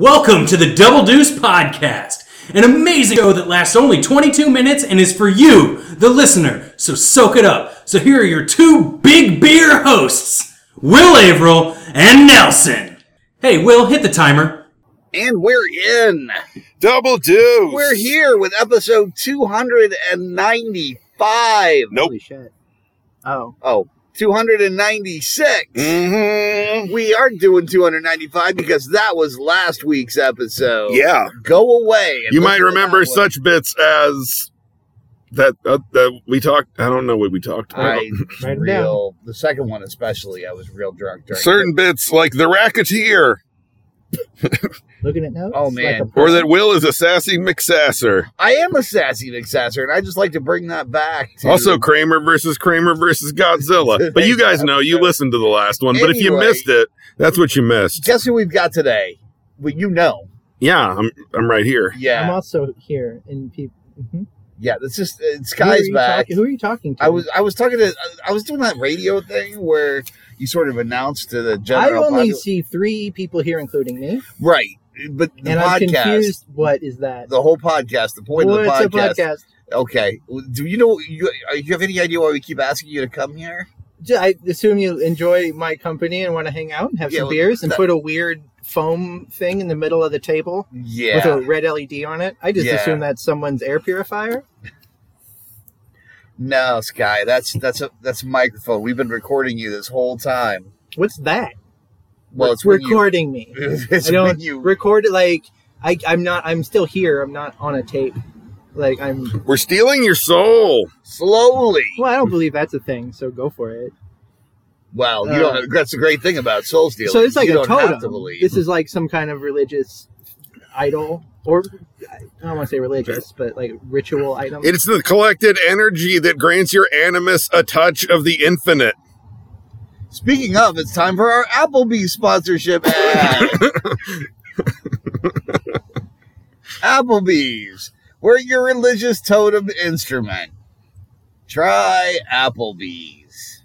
Welcome to the Double Deuce Podcast, an amazing show that lasts only 22 minutes and is for you, the listener. So soak it up. So here are your two big beer hosts, Will Averill and Nelson. Hey, Will, hit the timer. And we're in. Double deuce. We're here with episode 295. Nope. Holy shit. Oh. Oh, 296. Mm-hmm. We are doing 295 because that was last week's episode. Yeah. Go away. and You listen might to remember that one. such bits as that uh, that we talked. I don't know what we talked about. I Write 'em down. real the second one especially. I was real drunk during. Certain bits like the Racketeer, Looking at notes. Oh, Like man. a- or that Will is a sassy McSasser. I am a sassy McSasser, and I just like to bring that back. To Also, Kramer versus Kramer versus Godzilla. But you guys know you listened to the last one. But if you Anyway. missed it, that's what you missed. guess who we've got today? Well, you know. Yeah, I'm I'm right here. Yeah, I'm also here in people. hmm yeah. That's just uh, who are Sky's you back. talking- who are you talking to? I was I was talking to I was doing that radio thing where you sort of announce to the I general only popul- see three people here, including me, right, but the and I'm podcast, confused. What is that? the whole podcast, the point What's of the podcast. a podcast? Okay, do you know you are you have any idea why we keep asking you to come here? Ju- I assume you enjoy my company and want to hang out and have Yeah, some well, beers and that- put a weird foam thing in the middle of the table with Yeah, a red LED on it. I just Yeah. assume that's someone's air purifier. no, Sky, that's that's a that's a microphone. We've been recording you this whole time. What's that? Well, it's it's when you- recording me. It's I when don't you. record it like I, I'm not. I'm still here. I'm not on a tape. Like I'm. We're stealing your soul. Slowly. Well, I don't believe that's a thing. So go for it. Well, you Uh, don't. That's the great thing about soul stealing. so it's like you a don't totem. have to believe. This is like some kind of religious idol, or I don't want to say religious, but like ritual item. It's the collected energy that grants your animus a touch of the infinite. Speaking of, it's time for our Applebee's sponsorship ad. Applebee's, we're your religious totem instrument. Try Applebee's.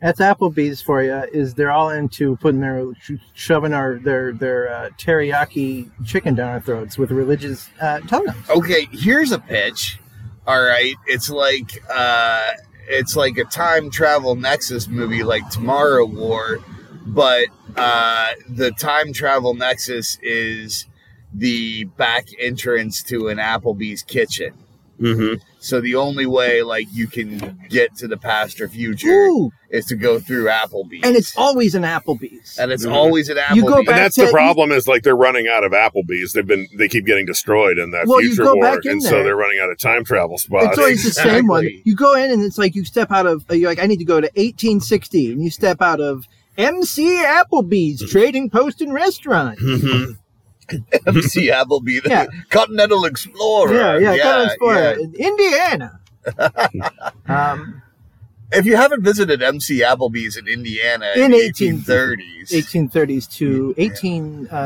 That's Applebee's for you. Is they're all into putting their shoving our their their uh, teriyaki chicken down our throats with religious uh, totems. Okay, here's a pitch. All right, it's like uh, it's like a time travel Nexus movie, like Tomorrow War, but uh, the time travel Nexus is the back entrance to an Applebee's kitchen. Mm-hmm. So the only way like you can get to the past or future Ooh, is to go through Applebee's. and it's always an Applebee's. and it's Mhm. always at Applebee's. You go and back- that's to- the problem is like they're running out of Applebee's. They've been they keep getting destroyed in that Well, you future go war, back in and so there. they're running out of time travel It's spots. always the same one. Exactly. You go in and it's like you step out of you're like I need to go to 1860 and you step out of MC Hmm. Applebee's Trading Post and Restaurant. Mhm. See Applebee, the Yeah. Continental Explorer. yeah, yeah, Collins yeah. Square, in Indiana. um, If you haven't visited MC Applebee's in Indiana In in the 18 1830s, 1830s to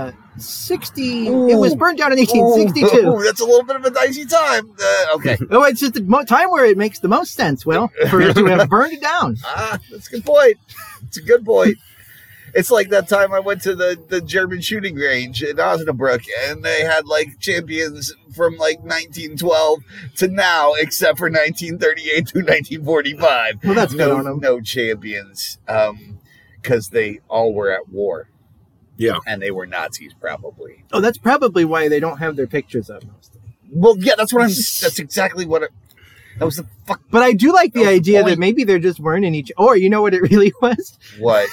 1860. It was Ooh. burned down in Ooh, 1862. ooh, that's a little bit of a dicey time. Uh, okay. Oh, it's just the mo- time where it makes the most sense. Well, for it to have burned it down. Ah, that's a good point. It's a good point. It's like that time I went to the, the German shooting range in Osnabrück, and they had like champions from like 1912 to now, except for 1938 to 1945. Well, that's good no on 'em. no champions, because they all were at war. Yeah. and they were Nazis probably. Oh, that's probably why they don't have their pictures up mostly. Well, yeah, that's what I'm. That's exactly what. I, that was the fuck. But I do like That the was the idea that point. maybe there just weren't any. Ch- or you know what it really was? What?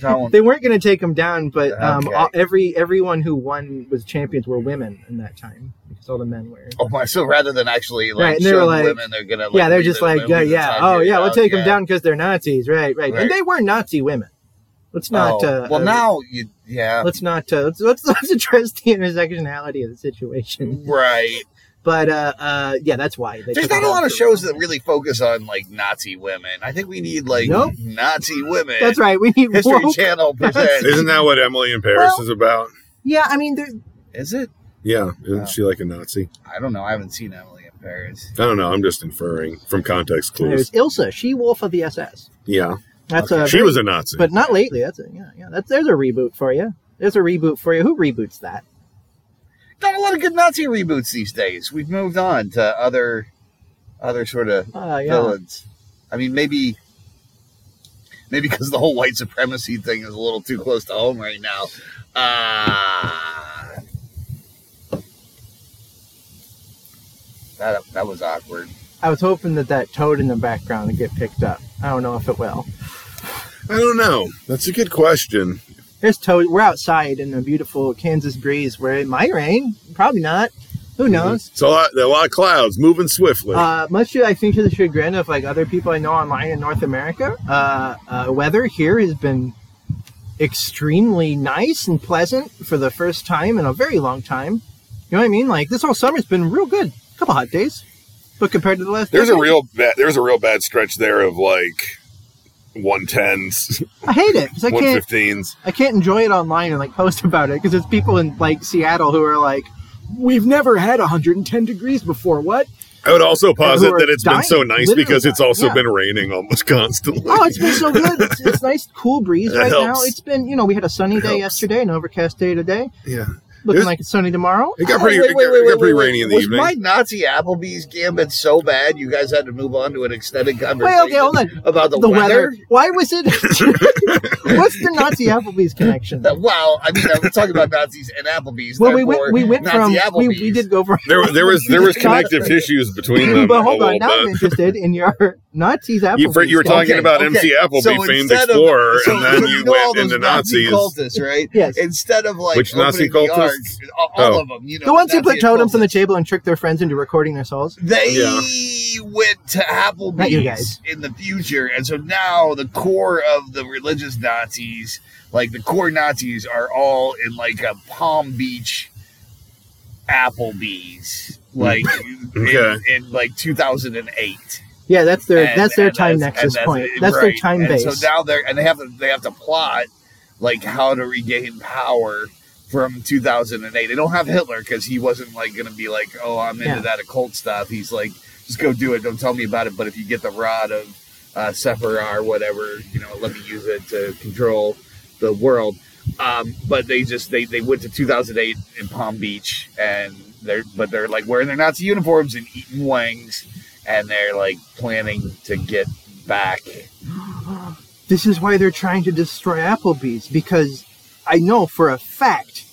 Don't. They weren't going to take them down, but um, Okay. all, every everyone who won was champions were women in that time because all the men were. Oh my! So rather than actually like Right, and they show were like- women, they're gonna like, yeah, they're leave just the- like leave yeah, the yeah, top oh here yeah, we'll out, take yeah. them down because they're Nazis, right, right, Right. and they were Nazi women. Let's not. Oh, uh, well, uh, now you yeah Let's not. Uh, let's, let's let's address the intersectionality of the situation. right. But uh, uh, yeah, that's why. They There's took not a all lot of the shows that women. really focus on like Nazi women. I think we need like Nope. Nazi women. That's right. We need History woke- Channel presents. Isn't that what Emily in Paris Well- is about? Yeah, I mean, there, Is it? Yeah, isn't Yeah. she like a Nazi? I don't know. I haven't seen Emily in Paris. I don't know. I'm just inferring from context clues. there's Ilsa, she wolf of the SS. Yeah, That's a she very- was a Nazi. but not lately. That's a, yeah, yeah. That's there's a reboot for you. There's a reboot for you. Who reboots that? Not a lot of good Nazi reboots these days. We've moved on to other other sort of Uh, yeah. villains. I mean, maybe maybe because the whole white supremacy thing is a little too close to home right now. Uh, that that was awkward. I was hoping that that toad in the background would get picked up. I don't know if it will. I don't know. That's a good question. There's toad. We're outside in a beautiful Kansas breeze where it might rain. Probably not. Who knows? It's a lot. There are a lot of clouds moving swiftly. Uh, much to I think to the chagrin of like other people I know online in North America, uh, uh, weather here has been extremely nice and pleasant for the first time in a very long time. You know what I mean? Like this whole summer's been real good. couple hot days, but compared to the last, there's a decade, real bad. There's a real bad stretch there of like one tens, I hate it because I one can't. fifteens. I can't enjoy it online and like post about it because there's people in like Seattle who are like, we've never had 110 degrees before. What? I would also posit are that it's been so dying, nice literally because it's dying, also yeah. been raining almost constantly. Oh, it's been so good. It's, it's nice, cool breeze That right now. helps. It's been, you know, we had a sunny It day helps. yesterday, an overcast day today. yeah, Looking There's- like it's sunny tomorrow. Oh, it got pretty. Wait, it wait, got, wait, it got wait, pretty wait, rainy in the was evening. my Nazi Applebee's gambit so bad you guys had to move on to an extended conversation Wait, okay, hold on. about the, The weather? weather. Why was it? What's the Nazi Applebee's connection? That- wow, I mean, I'm talking about Nazis and Applebee's. Well, we went. therefore, We went from. Nazi We, Applebee's. we did go from. there, there was there was Not- connective tissues between them. but a hold on. little Now I'm bit. interested in your Nazis Applebee's. You, you were thing. talking Okay, about MC okay. Appleby, So famed instead of- explorer, so and then you know all went those into Nazis. cultists, right? Yes. Instead of like Which Nazi opening the cultists? ark, all all Oh. of them, you know, the ones who Nazi put totems on the cultists. table and trick their friends into recording their souls. They Yeah. went to Applebee's Not you guys. in the future, and so now the core of the religious Nazis, like the core Nazis, are all in like a Palm Beach Applebee's, like Okay. in, in like 2008. Yeah, that's their And- that's their and time that's- nexus and point. That's their right. time and base. So now they're and they have to they have to plot like how to regain power from 2008. They don't have Hitler because he wasn't like going to be like, oh, I'm into Yeah. that occult stuff. He's like, just go do it. Don't tell me about it. But if you get the rod of uh, Sephiroth or whatever, you know, let me use it to control the world. Um, but they just they, they went to 2008 in Palm Beach and they're but they're like wearing their Nazi uniforms and eating wings and they're like planning to get back. this is why they're trying to destroy Applebee's because I know for a fact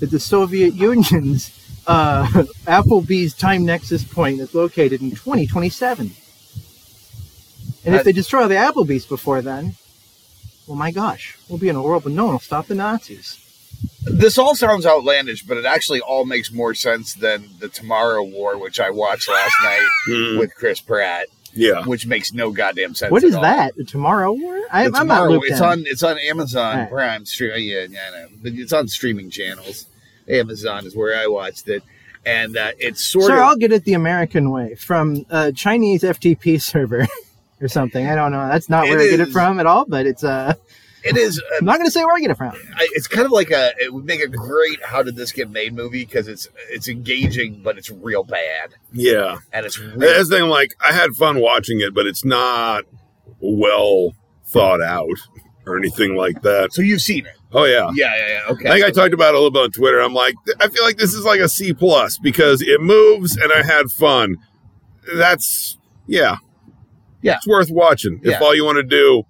that the Soviet Union's uh, Applebee's time nexus point is located in 2027. And if That- they destroy the Applebee's before then, well, my gosh, we'll be in a world when no one will stop the Nazis. This all sounds outlandish, but it actually all makes more sense than the Tomorrow War, which I watched last night Hmm, with Chris Pratt, yeah, which makes no goddamn sense. what at is all. that? The Tomorrow War? I, The I'm not Tomorrow- looped it's in. on it's on Amazon Alright. Prime stream. uh, Yeah, yeah, I know. But It's on streaming channels. Amazon is where I watched it, and uh, it's sort Sir, of I'll get it the American way from a Chinese FTP server or something. I don't know. That's not It where I get it is- from at all, but it's uh, it is a I'm not going to say where I get it from. I, it's kind of like a it would make a great how did this get made movie because it's it's engaging but it's real bad yeah. and it's real, That's the thing. Like, I had fun watching it, but it's not well thought out or anything like that. so you've seen it Oh yeah. yeah yeah yeah okay I think I talked about it a little bit on Twitter. I'm like, th- I feel like this is like a C plus because it moves and I had fun. That's yeah, Yeah. It's worth watching Yeah. if all you want to do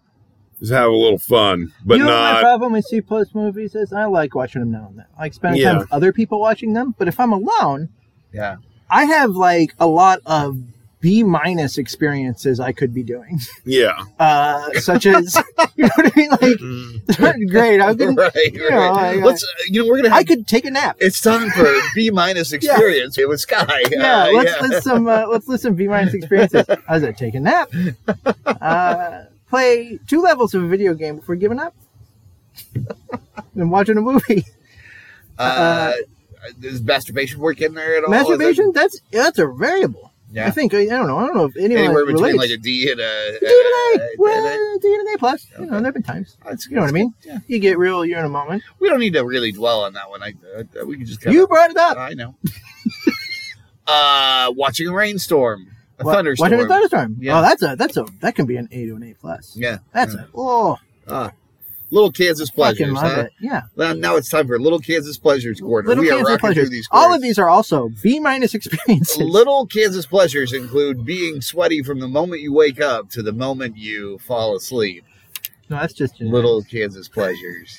is have a little fun, but you know what my not. problem with C plus movies is I like watching them now and then. I like spending Yeah. time with other people watching them, but if I'm alone, yeah I have like a lot of B minus experiences I could be doing, Yeah, uh, such as you know what I mean. Like, it's not Mm. great. I right, could, right. know, I- let's uh, you know we're gonna have, I could take a nap. it's time for B minus experience with Sky Yeah, Uh, let's list some. Uh, let's list some B minus experiences. I was gonna take a nap, uh, play two levels of a video game before giving up, and watching a movie. uh, is masturbation work in there at all Is it- Masturbation? That's that's a variable. I Oh, yeah think I, I don't know. I don't know if anyone anywhere between like relates. a D and a, D and and a- A, and a- well, D and A plus. You know, Okay. there have been times. That's- You know what I mean? Yeah. You get real. You're in a moment. we don't need to really dwell on that one I uh, we can just kind You brought it up. I know. uh, watching a rainstorm, a Wa- thunderstorm. Watching a thunderstorm. Yeah. Oh, that's a that's a that can be an A to an A plus. Yeah. That's a oh. Ah. Little Kansas Fucking pleasures. love Huh? it. Yeah. Well, now it's time for Little Kansas pleasures corner. Little we are Kansas rocking pleasures. through these. All corners. of these are also B minus experiences. Little Kansas pleasures include being sweaty from the moment you wake up to the moment you fall asleep. no, that's just generic. Little Kansas pleasures.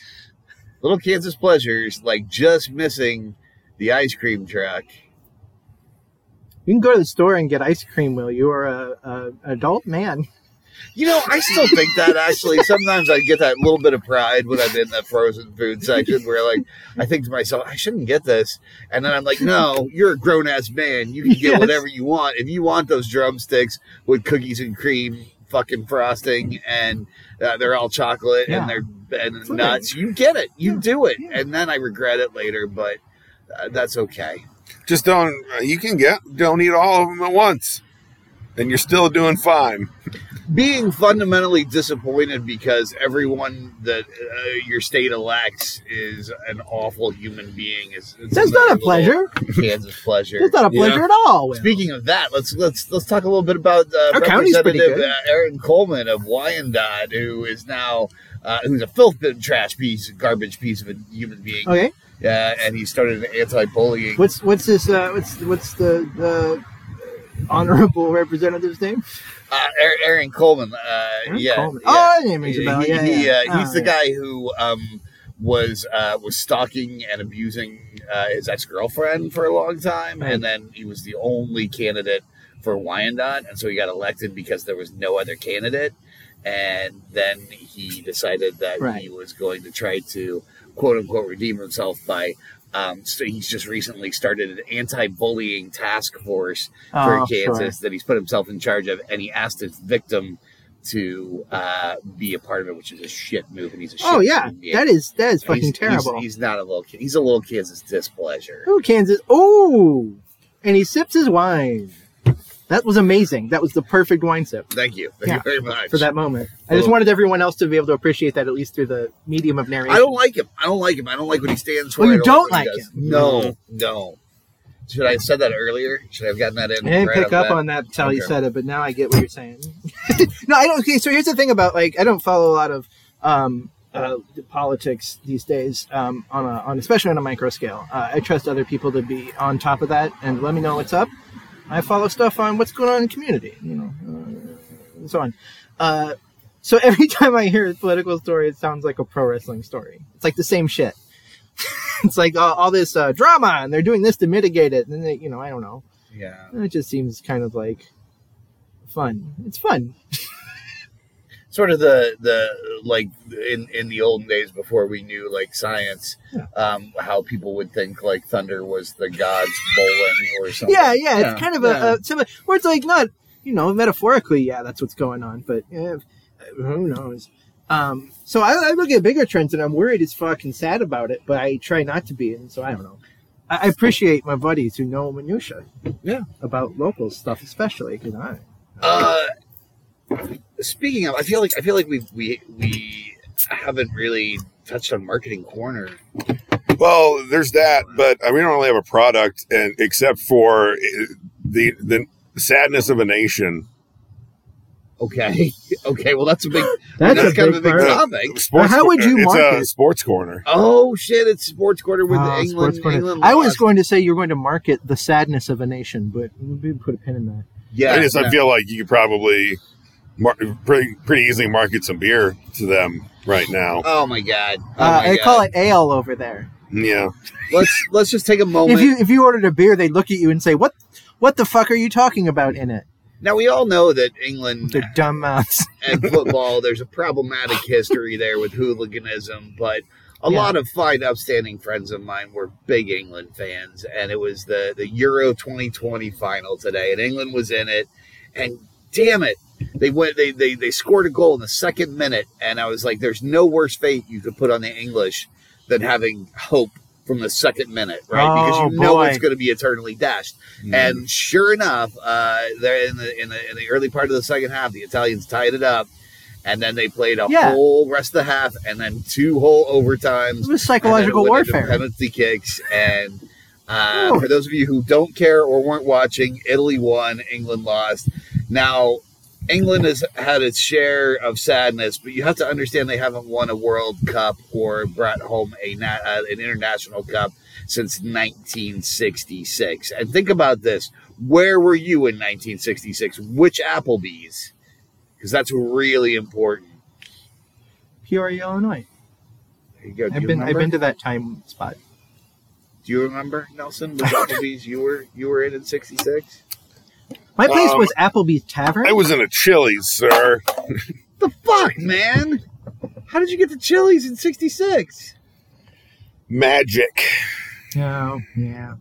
Little Kansas pleasures, like just missing the ice cream truck. You can go to the store and get ice cream, Will. You are a, a adult man. You know, I still think that actually. Sometimes I get that little bit of pride when I'm in the frozen food section where, like, I think to myself, I shouldn't get this. And then I'm like, no, you're a grown ass man. You can get Yes. whatever you want. If you want those drumsticks with cookies and cream, fucking frosting, and uh, they're all chocolate Yeah. and they're and Absolutely. nuts, you get it. You Yeah, do it. yeah. And then I regret it later, but uh, that's okay. Just don't. uh, You can get. Don't eat all of them at once, and you're still doing fine. being fundamentally disappointed because everyone that uh, your state elects is an awful human being is is That's not another a little pleasure. Kansas pleasure. That's not a Yeah. pleasure at all. Will. Speaking of that, let's let's let's talk a little bit about uh, Our county's pretty Representative good. uh, Aaron Coleman of Wyandotte, who is now uh, who's a filth bin trash piece, garbage piece of a human being. Okay. Yeah, and he started an anti-bullying. What's what's this? Uh, what's what's the the honorable representative's name? Uh, Aaron- Aaron Coleman. Uh, Aaron yeah, Coleman. yeah. Oh, that name rings a bell. He- Yeah, he, yeah. Uh, he's Ah, the yeah. guy who um, was uh, was stalking and abusing uh, his ex girlfriend for a long time, Right. and then he was the only candidate for Wyandotte, and so he got elected because there was no other candidate. And then he decided that he Right. was going to try to quote unquote redeem himself by. Um, so he's just recently started an anti-bullying task force for Oh, sure. Kansas that he's put himself in charge of, and he asked his victim to uh, be a part of it, which is a shit move, and he's a shit Oh yeah, human being. that is that is And fucking he's- he's- terrible. He's, not a little kid. He's a little Kansas displeasure. Oh Kansas! Oh, and he sips his wine. That was amazing. That was the perfect wine sip Thank you. Thank Yeah. you very much. for that moment. I just Oh. wanted everyone else to be able to appreciate that at least through the medium of narration. I don't like him. I don't like him. I don't like what he stands for. Well, you I don't what he like does. him. No, Mm-hmm. no. Should I have said that earlier? Should I have gotten that in? I didn't right pick up bat? on that until you Okay. said it, but now I get what you're saying. no, I don't. Okay, so here's the thing about like I don't follow a lot of um, uh, the politics these days um, on a on especially on a micro scale. Uh, I trust other people to be on top of that and let me know what's up. I follow stuff on what's going on in the community, you know, uh, and so on. Uh, so every time I hear a political story, it sounds like a pro wrestling story. It's like the same shit. it's like all, all this uh, drama, and they're doing this to mitigate it. And then they, you know, I don't know. Yeah. It just seems kind of like fun. It's fun. sort of the the like in in the olden days before we knew like science Yeah. um how people would think like thunder was the gods bowling or something Yeah, yeah. It's Yeah, kind of a, yeah. a similar where it's like not, you know, metaphorically, yeah, that's what's going on, but eh, who knows? Um, so I, I look at bigger trends and I'm worried as fuck and sad about it, but I try not to be, and so I don't know. I I appreciate my buddies who know minutia, Yeah. about local stuff especially. Cause I, uh speaking of i feel like i feel like we we we haven't really touched on marketing corner Well, there's that, but uh, we don't really have a product, and except for uh, the the sadness of a nation. okay okay well that's a big that's, a kind big, of a big part. topic Sports how would you it's a market? sports corner? oh shit it's sports corner with Wow, england, Ah, sports corner. england I was lost. going to say you're going to market the sadness of a nation, but we put a pin in that. yeah I just yeah. I feel like you could probably mar- pretty pretty easily market some beer to them right now. oh my god oh Uh, my they God. call it ale over there. Yeah, let's let's just take a moment If you if you ordered a beer, they'd look at you and say, "What, what the fuck are you talking about in it?" Now we all know that England Their dumb mouths. and football, there's a problematic history there with hooliganism, but a Yeah. lot of fine, upstanding friends of mine were big England fans, and it was the the Euro 2020 final today, and England was in it, and damn it, they went they they they scored a goal in the second minute, and I was like, there's no worse fate you could put on the English than having hope from the second minute, right? because Oh, you know boy. it's going to be eternally dashed. And sure enough, uh, there in the, in the in the early part of the second half, the Italians tied it up, and then they played a Yeah. whole rest of the half, and then two whole overtimes, It was and then it psychological went into warfare. penalty kicks, and uh, Oh. for those of you who don't care or weren't watching, Italy won, England lost. Now, England has had its share of sadness, but you have to understand they haven't won a World Cup or brought home a na- uh, an international cup since 1966. And think about this: where were you in 1966? Which Applebee's? Because that's really important. Peoria, Illinois. There you go. Do I've you been I've remember? been to that time spot. Do you remember Nelson? Which Applebee's you were you were in in '66? My place Um, was Applebee's Tavern. I was in a Chili's, sir. The fuck, man! How did you get to Chili's in '66? Magic. no, yeah.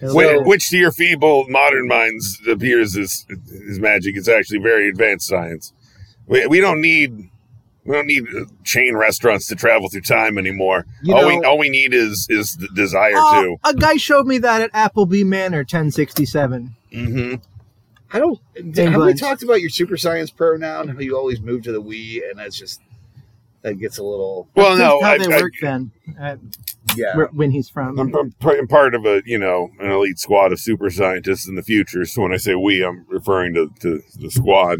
Whi- which to your feeble modern minds appears as is magic. It's actually very advanced science. We, we don't need we don't need uh, chain restaurants to travel through time anymore. You all we know- all we need is is the desire Oh, a guy showed me that at Applebee Manor, 1067. to. hmm I don't. Have we England. talked about your super science pronoun? How you always move to the we, and that's just that gets a little Well, Oh, no, That's I, how they I, work then. Uh, yeah. where- when he's from. I'm, I'm par- I'm part of a you know an elite squad of super scientists in the future. So when I say we, I'm referring to, to the squad.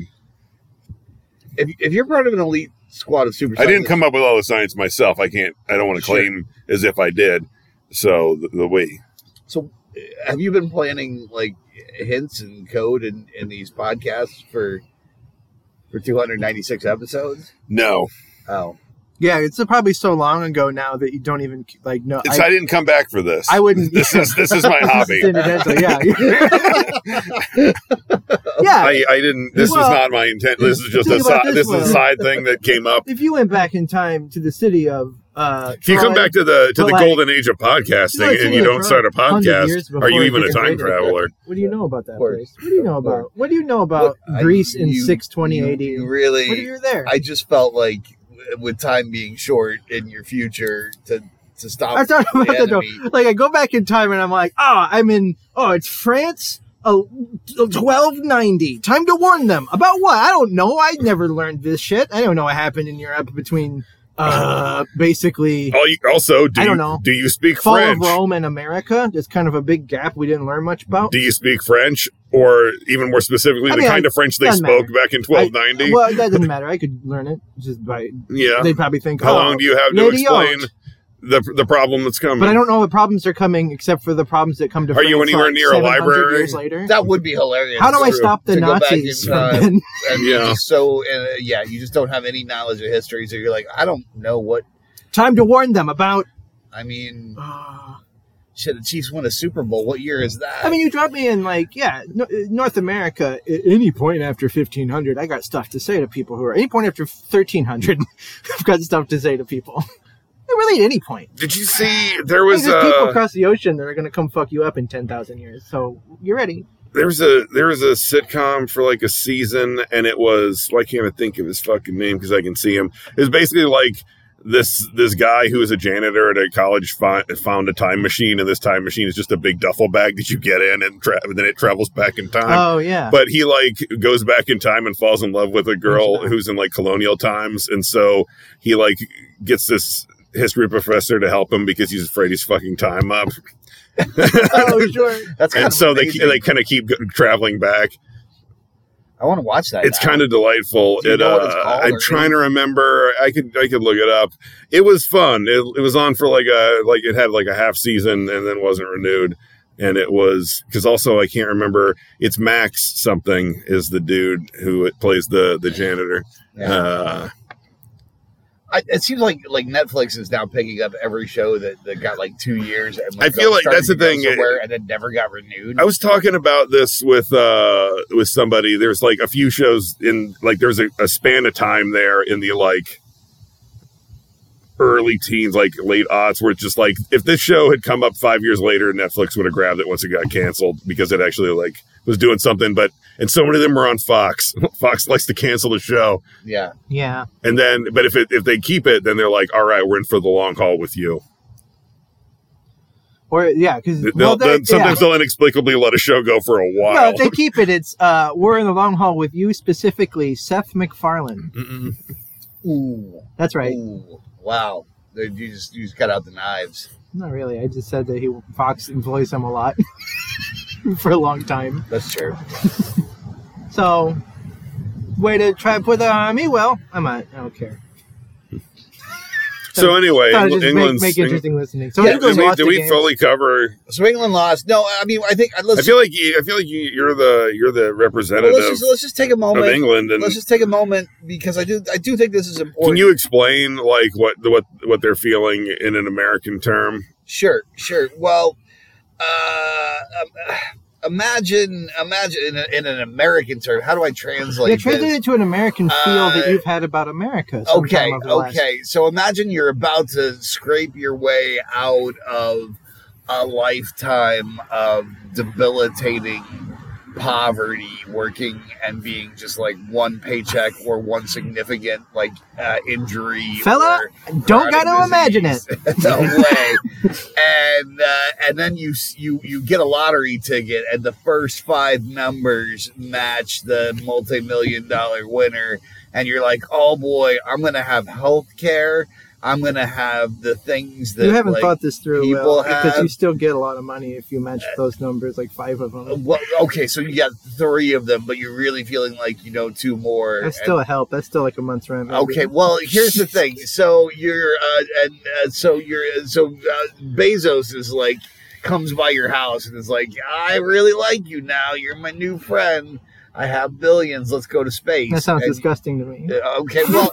If, if you're part of an elite squad of super, I didn't scientists- come up with all the science myself. I can't. I don't want to Sure. claim as if I did. So the, the we. So, uh, have you been planning like hints and code in, in these podcasts for for 296 episodes? No, Oh, yeah, it's probably so long ago now that you don't even like know. it's, I, I, didn't come back for this. I wouldn't. this is this is my hobby. incidental, yeah. yeah. I, I didn't. This was Well, not my intent. This is just think a about side. This, this is one. a side thing that came up. if you went back in time to the city of, uh, If you come Troy, back to the to But the like- golden age of podcasting and you don't start a podcast, are you even a time traveler? What do you know about that Of course. place? What do you know about? What do you know about Look, I- Greece in you- six twenty you- eighty? you What really? do you there? I just felt like w- with time being short in your future to to stop. I thought the about that though. enemy- Like I go back in time and I'm like, oh, I'm in. Oh, it's France. Oh, 1290. Time to warn them about what? I don't know. I never learned this shit. I don't know what happened in Europe between, uh, basically All you, also, do I don't you, know. Do you speak fall French? of Rome and America. There's kind of a big gap we didn't learn much about. Do you speak French, or even more specifically, I the mean, kind I- of French they doesn't spoke back in 1290? Well, that doesn't matter. I could learn it just by. yeah. They probably think. How oh, long do you have to lady explain owned. the the problem that's coming? But I don't know what problems are coming, except for the problems that come to. Are you France, anywhere like, near a 700 library? Years later. That would be hilarious. How do I to- stop the to go back Nazis in from time. then? and Yeah. yeah. so uh, yeah, you just don't have any knowledge of history, so you're like, I don't know what. Time to warn them about. I mean, uh, shit, the Chiefs won a Super Bowl. What year is that? I mean, you drop me in like, yeah, no, uh, North America. At any point after fifteen hundred, I got stuff to say to people who are. Any point after thirteen hundred, I've got stuff to say to people. Really, at any point. Did you see there There's was uh, just people a across the ocean that are going to come fuck you up in 10,000 years. So you're ready. there was a there was a sitcom for like a season, and it was why can't I think of his fucking name because I can see him. It was basically like this this guy who was a janitor at a college found, found a time machine, and this time machine is just a big duffel bag that you get in, and, tra- and then it travels back in time. oh, yeah. but he like goes back in time and falls in love with a girl Interesting. who's in like colonial times and so he like gets this history professor to help him because he's afraid he's fucking time up oh, sure. That's kind and of so they, amazing. they kind of keep go- traveling back I want to watch that. it's kind of delightful Do you it, know uh, what it's called i'm or trying to remember i could i could look it up it was fun it, it was on for like a like it had like a half season and then wasn't renewed and it was because also i can't remember it's max something is the dude who plays the the janitor Uh, I, it seems like like Netflix is now picking up every show that, that got like two years. And I feel like started that's the to go thing, it- Somewhere and then never got renewed. I was talking about this with uh, with somebody. There's like a few shows in like there's a, a span of time there in the like early teens, like late aughts, where it's just like if this show had come up five years later, Netflix would have grabbed it once it got canceled because it actually like was doing something. But and so many of them were on Fox. Fox likes to cancel the show, yeah, Yeah. and then but if it, if they keep it, then they're like, all right, we're in for the long haul with you. Or, yeah, because They'll, they'll- sometimes they'll inexplicably let a show go for a while. No, if they keep it, it's uh, we're in the long haul with you specifically, Seth MacFarlane. Mm-mm. ooh, That's right. ooh, wow. They- You just you just cut out the knives. Not really. I just said that he Fox employs him a lot for a long time. That's true. So way to try to put that on me. Well, I'm not. I don't care. So anyway, Thought it'd just make, England's. make interesting listening. So Yeah, Eng- did England we, lost did the we game. fully cover? So England lost. No, I mean, I think I let's, feel like you, I feel like you, you're the you're the well, representative let's just let's just take a of moment. England, and Let's just take a moment because I do I do think this is can important. you explain like what what what they're feeling in an American term? Sure, sure. Well, uh, um, imagine imagine in, a, in an American term. How do I translate? yeah, translate this? it to an American feel that Uh, you've had about America. sometime Okay, over the last- okay. So imagine you're about to scrape your way out of a lifetime of debilitating poverty, working and being just like one paycheck or one significant like uh, injury. Fella, or Don't chronic gotta imagine it. disease away. and uh, and then you s- you you get a lottery ticket, and the first five numbers match the multi million dollar winner, and you're like, oh boy, I'm gonna have health care. I'm gonna have the things that You haven't like, thought this through people well, because have- you still get a lot of money if you match those numbers, like five of them. Well, uh, okay, so you got three of them, but you're really feeling like you know two more. That's and- still a help. That's still like a month's rent. maybe. Okay, well, here's the thing. So you're, uh, and uh, so you're, so uh, Bezos is like, comes by your house and is like, I really like you now. You're my new friend. I have billions. Let's go to space. that sounds And- disgusting to me. uh, Okay, well,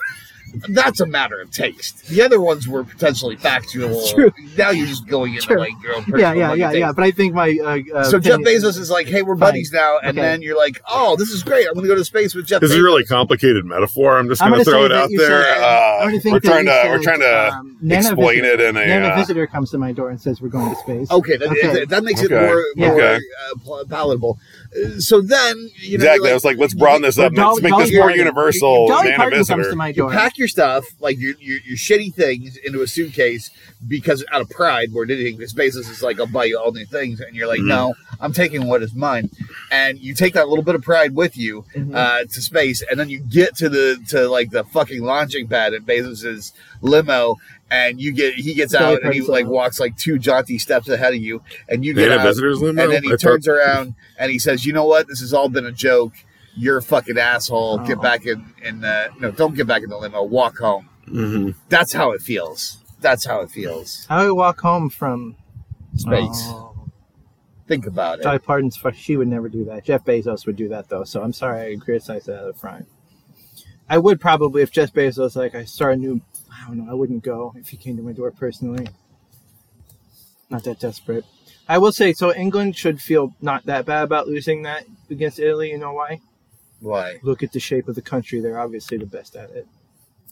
that's a matter of taste. The other ones were potentially factual. It's true. Now you're just going into Sure. like your own yeah, personal yeah, like, yeah, taste. yeah. But I think my uh, uh, So Jeff opinion- Bezos is like, "Hey, we're buddies now," and Okay. then you're like, "Oh, this is great! I'm going to go to space with Jeff." This is a Bezos." really complicated metaphor. I'm just I'm going to gonna throw say it that out you said- there. I Uh, already think we're that trying you to we're said, trying to um, Nana explain visitor. it in a. Nana uh, visitor comes to my door and says, "We're going to space." Okay, that, Okay. that- that makes Okay. it more, more Okay. uh, pal- palatable. Uh, So then, you know, exactly. you're I was like, let's broaden this Or up. Let's Dolly- make this Dolly more Parton. universal. Dolly Oh, Nana Parton comes visitor. to my you door. pack your stuff, like your, your your shitty things, into a suitcase because out of pride, more than anything, because Bezos is like, I'll buy you all new things, and you're like, Mhm. no, I'm taking what is mine, and you take that little bit of pride with you Mhm. uh, to space, and then you get to the to like the fucking launching pad at Bezos's limo. And you get, he gets Dolly out and he Parton's like limo. walks like two jaunty steps ahead of you, and you get Nana out. visitors limo. And then he I thought- turns around and he says, "You know what? This has all been a joke. You're a fucking asshole. Get Oh. back in in the no. Don't get back in the limo. Walk home. Mm-hmm. Mhm. That's how it feels. That's how it feels. How do I walk home from Space. Oh. Think about it. Dolly Parton's fu- she would never do that. Jeff Bezos would do that though, so I'm sorry I criticized that up front. I would probably if Jeff Bezos like I saw a new I don't know, I wouldn't go if he came to my door personally. Not that desperate. I will say so England should feel not that bad about losing that against Italy, you know why? Why? Look at the shape of the country. They're obviously the best at it.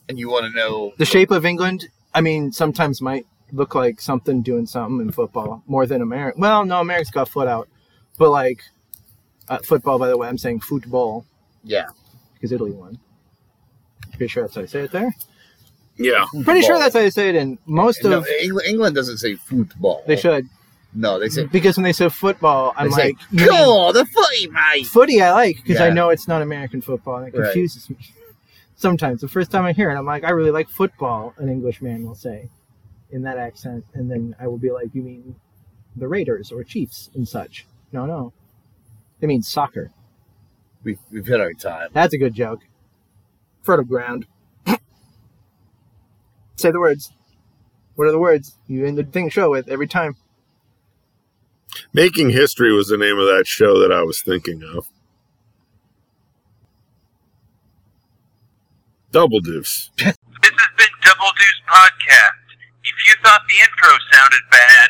And you want to know? The shape of England, I mean, sometimes might look like something doing something in football more than America. Well, no, America's got foot out, but like uh, football. By the way, I'm saying football Yeah. because Italy won. Pretty sure that's how I say it there. Yeah. Pretty sure that's how I say it in most No, of. England, England doesn't say football. They should No, they say. They because when they say football, I'm say, like, you mean "Cool, the footy, mate." footy. I like because I Yeah. know it's not American football. and It Right. confuses me sometimes. The first time I hear it, I'm like, I really like football. An Englishman will say in that accent, and then I will be like, you mean the Raiders or Chiefs and such? No, no, they mean soccer. We, we've hit our time. That's a good joke. Fertile ground. say the words. What are the words you end the thing show with every time? Making History was the name of that show that I was thinking of. Double deuce. This has been Double Deuce Podcast. If you thought the intro sounded bad,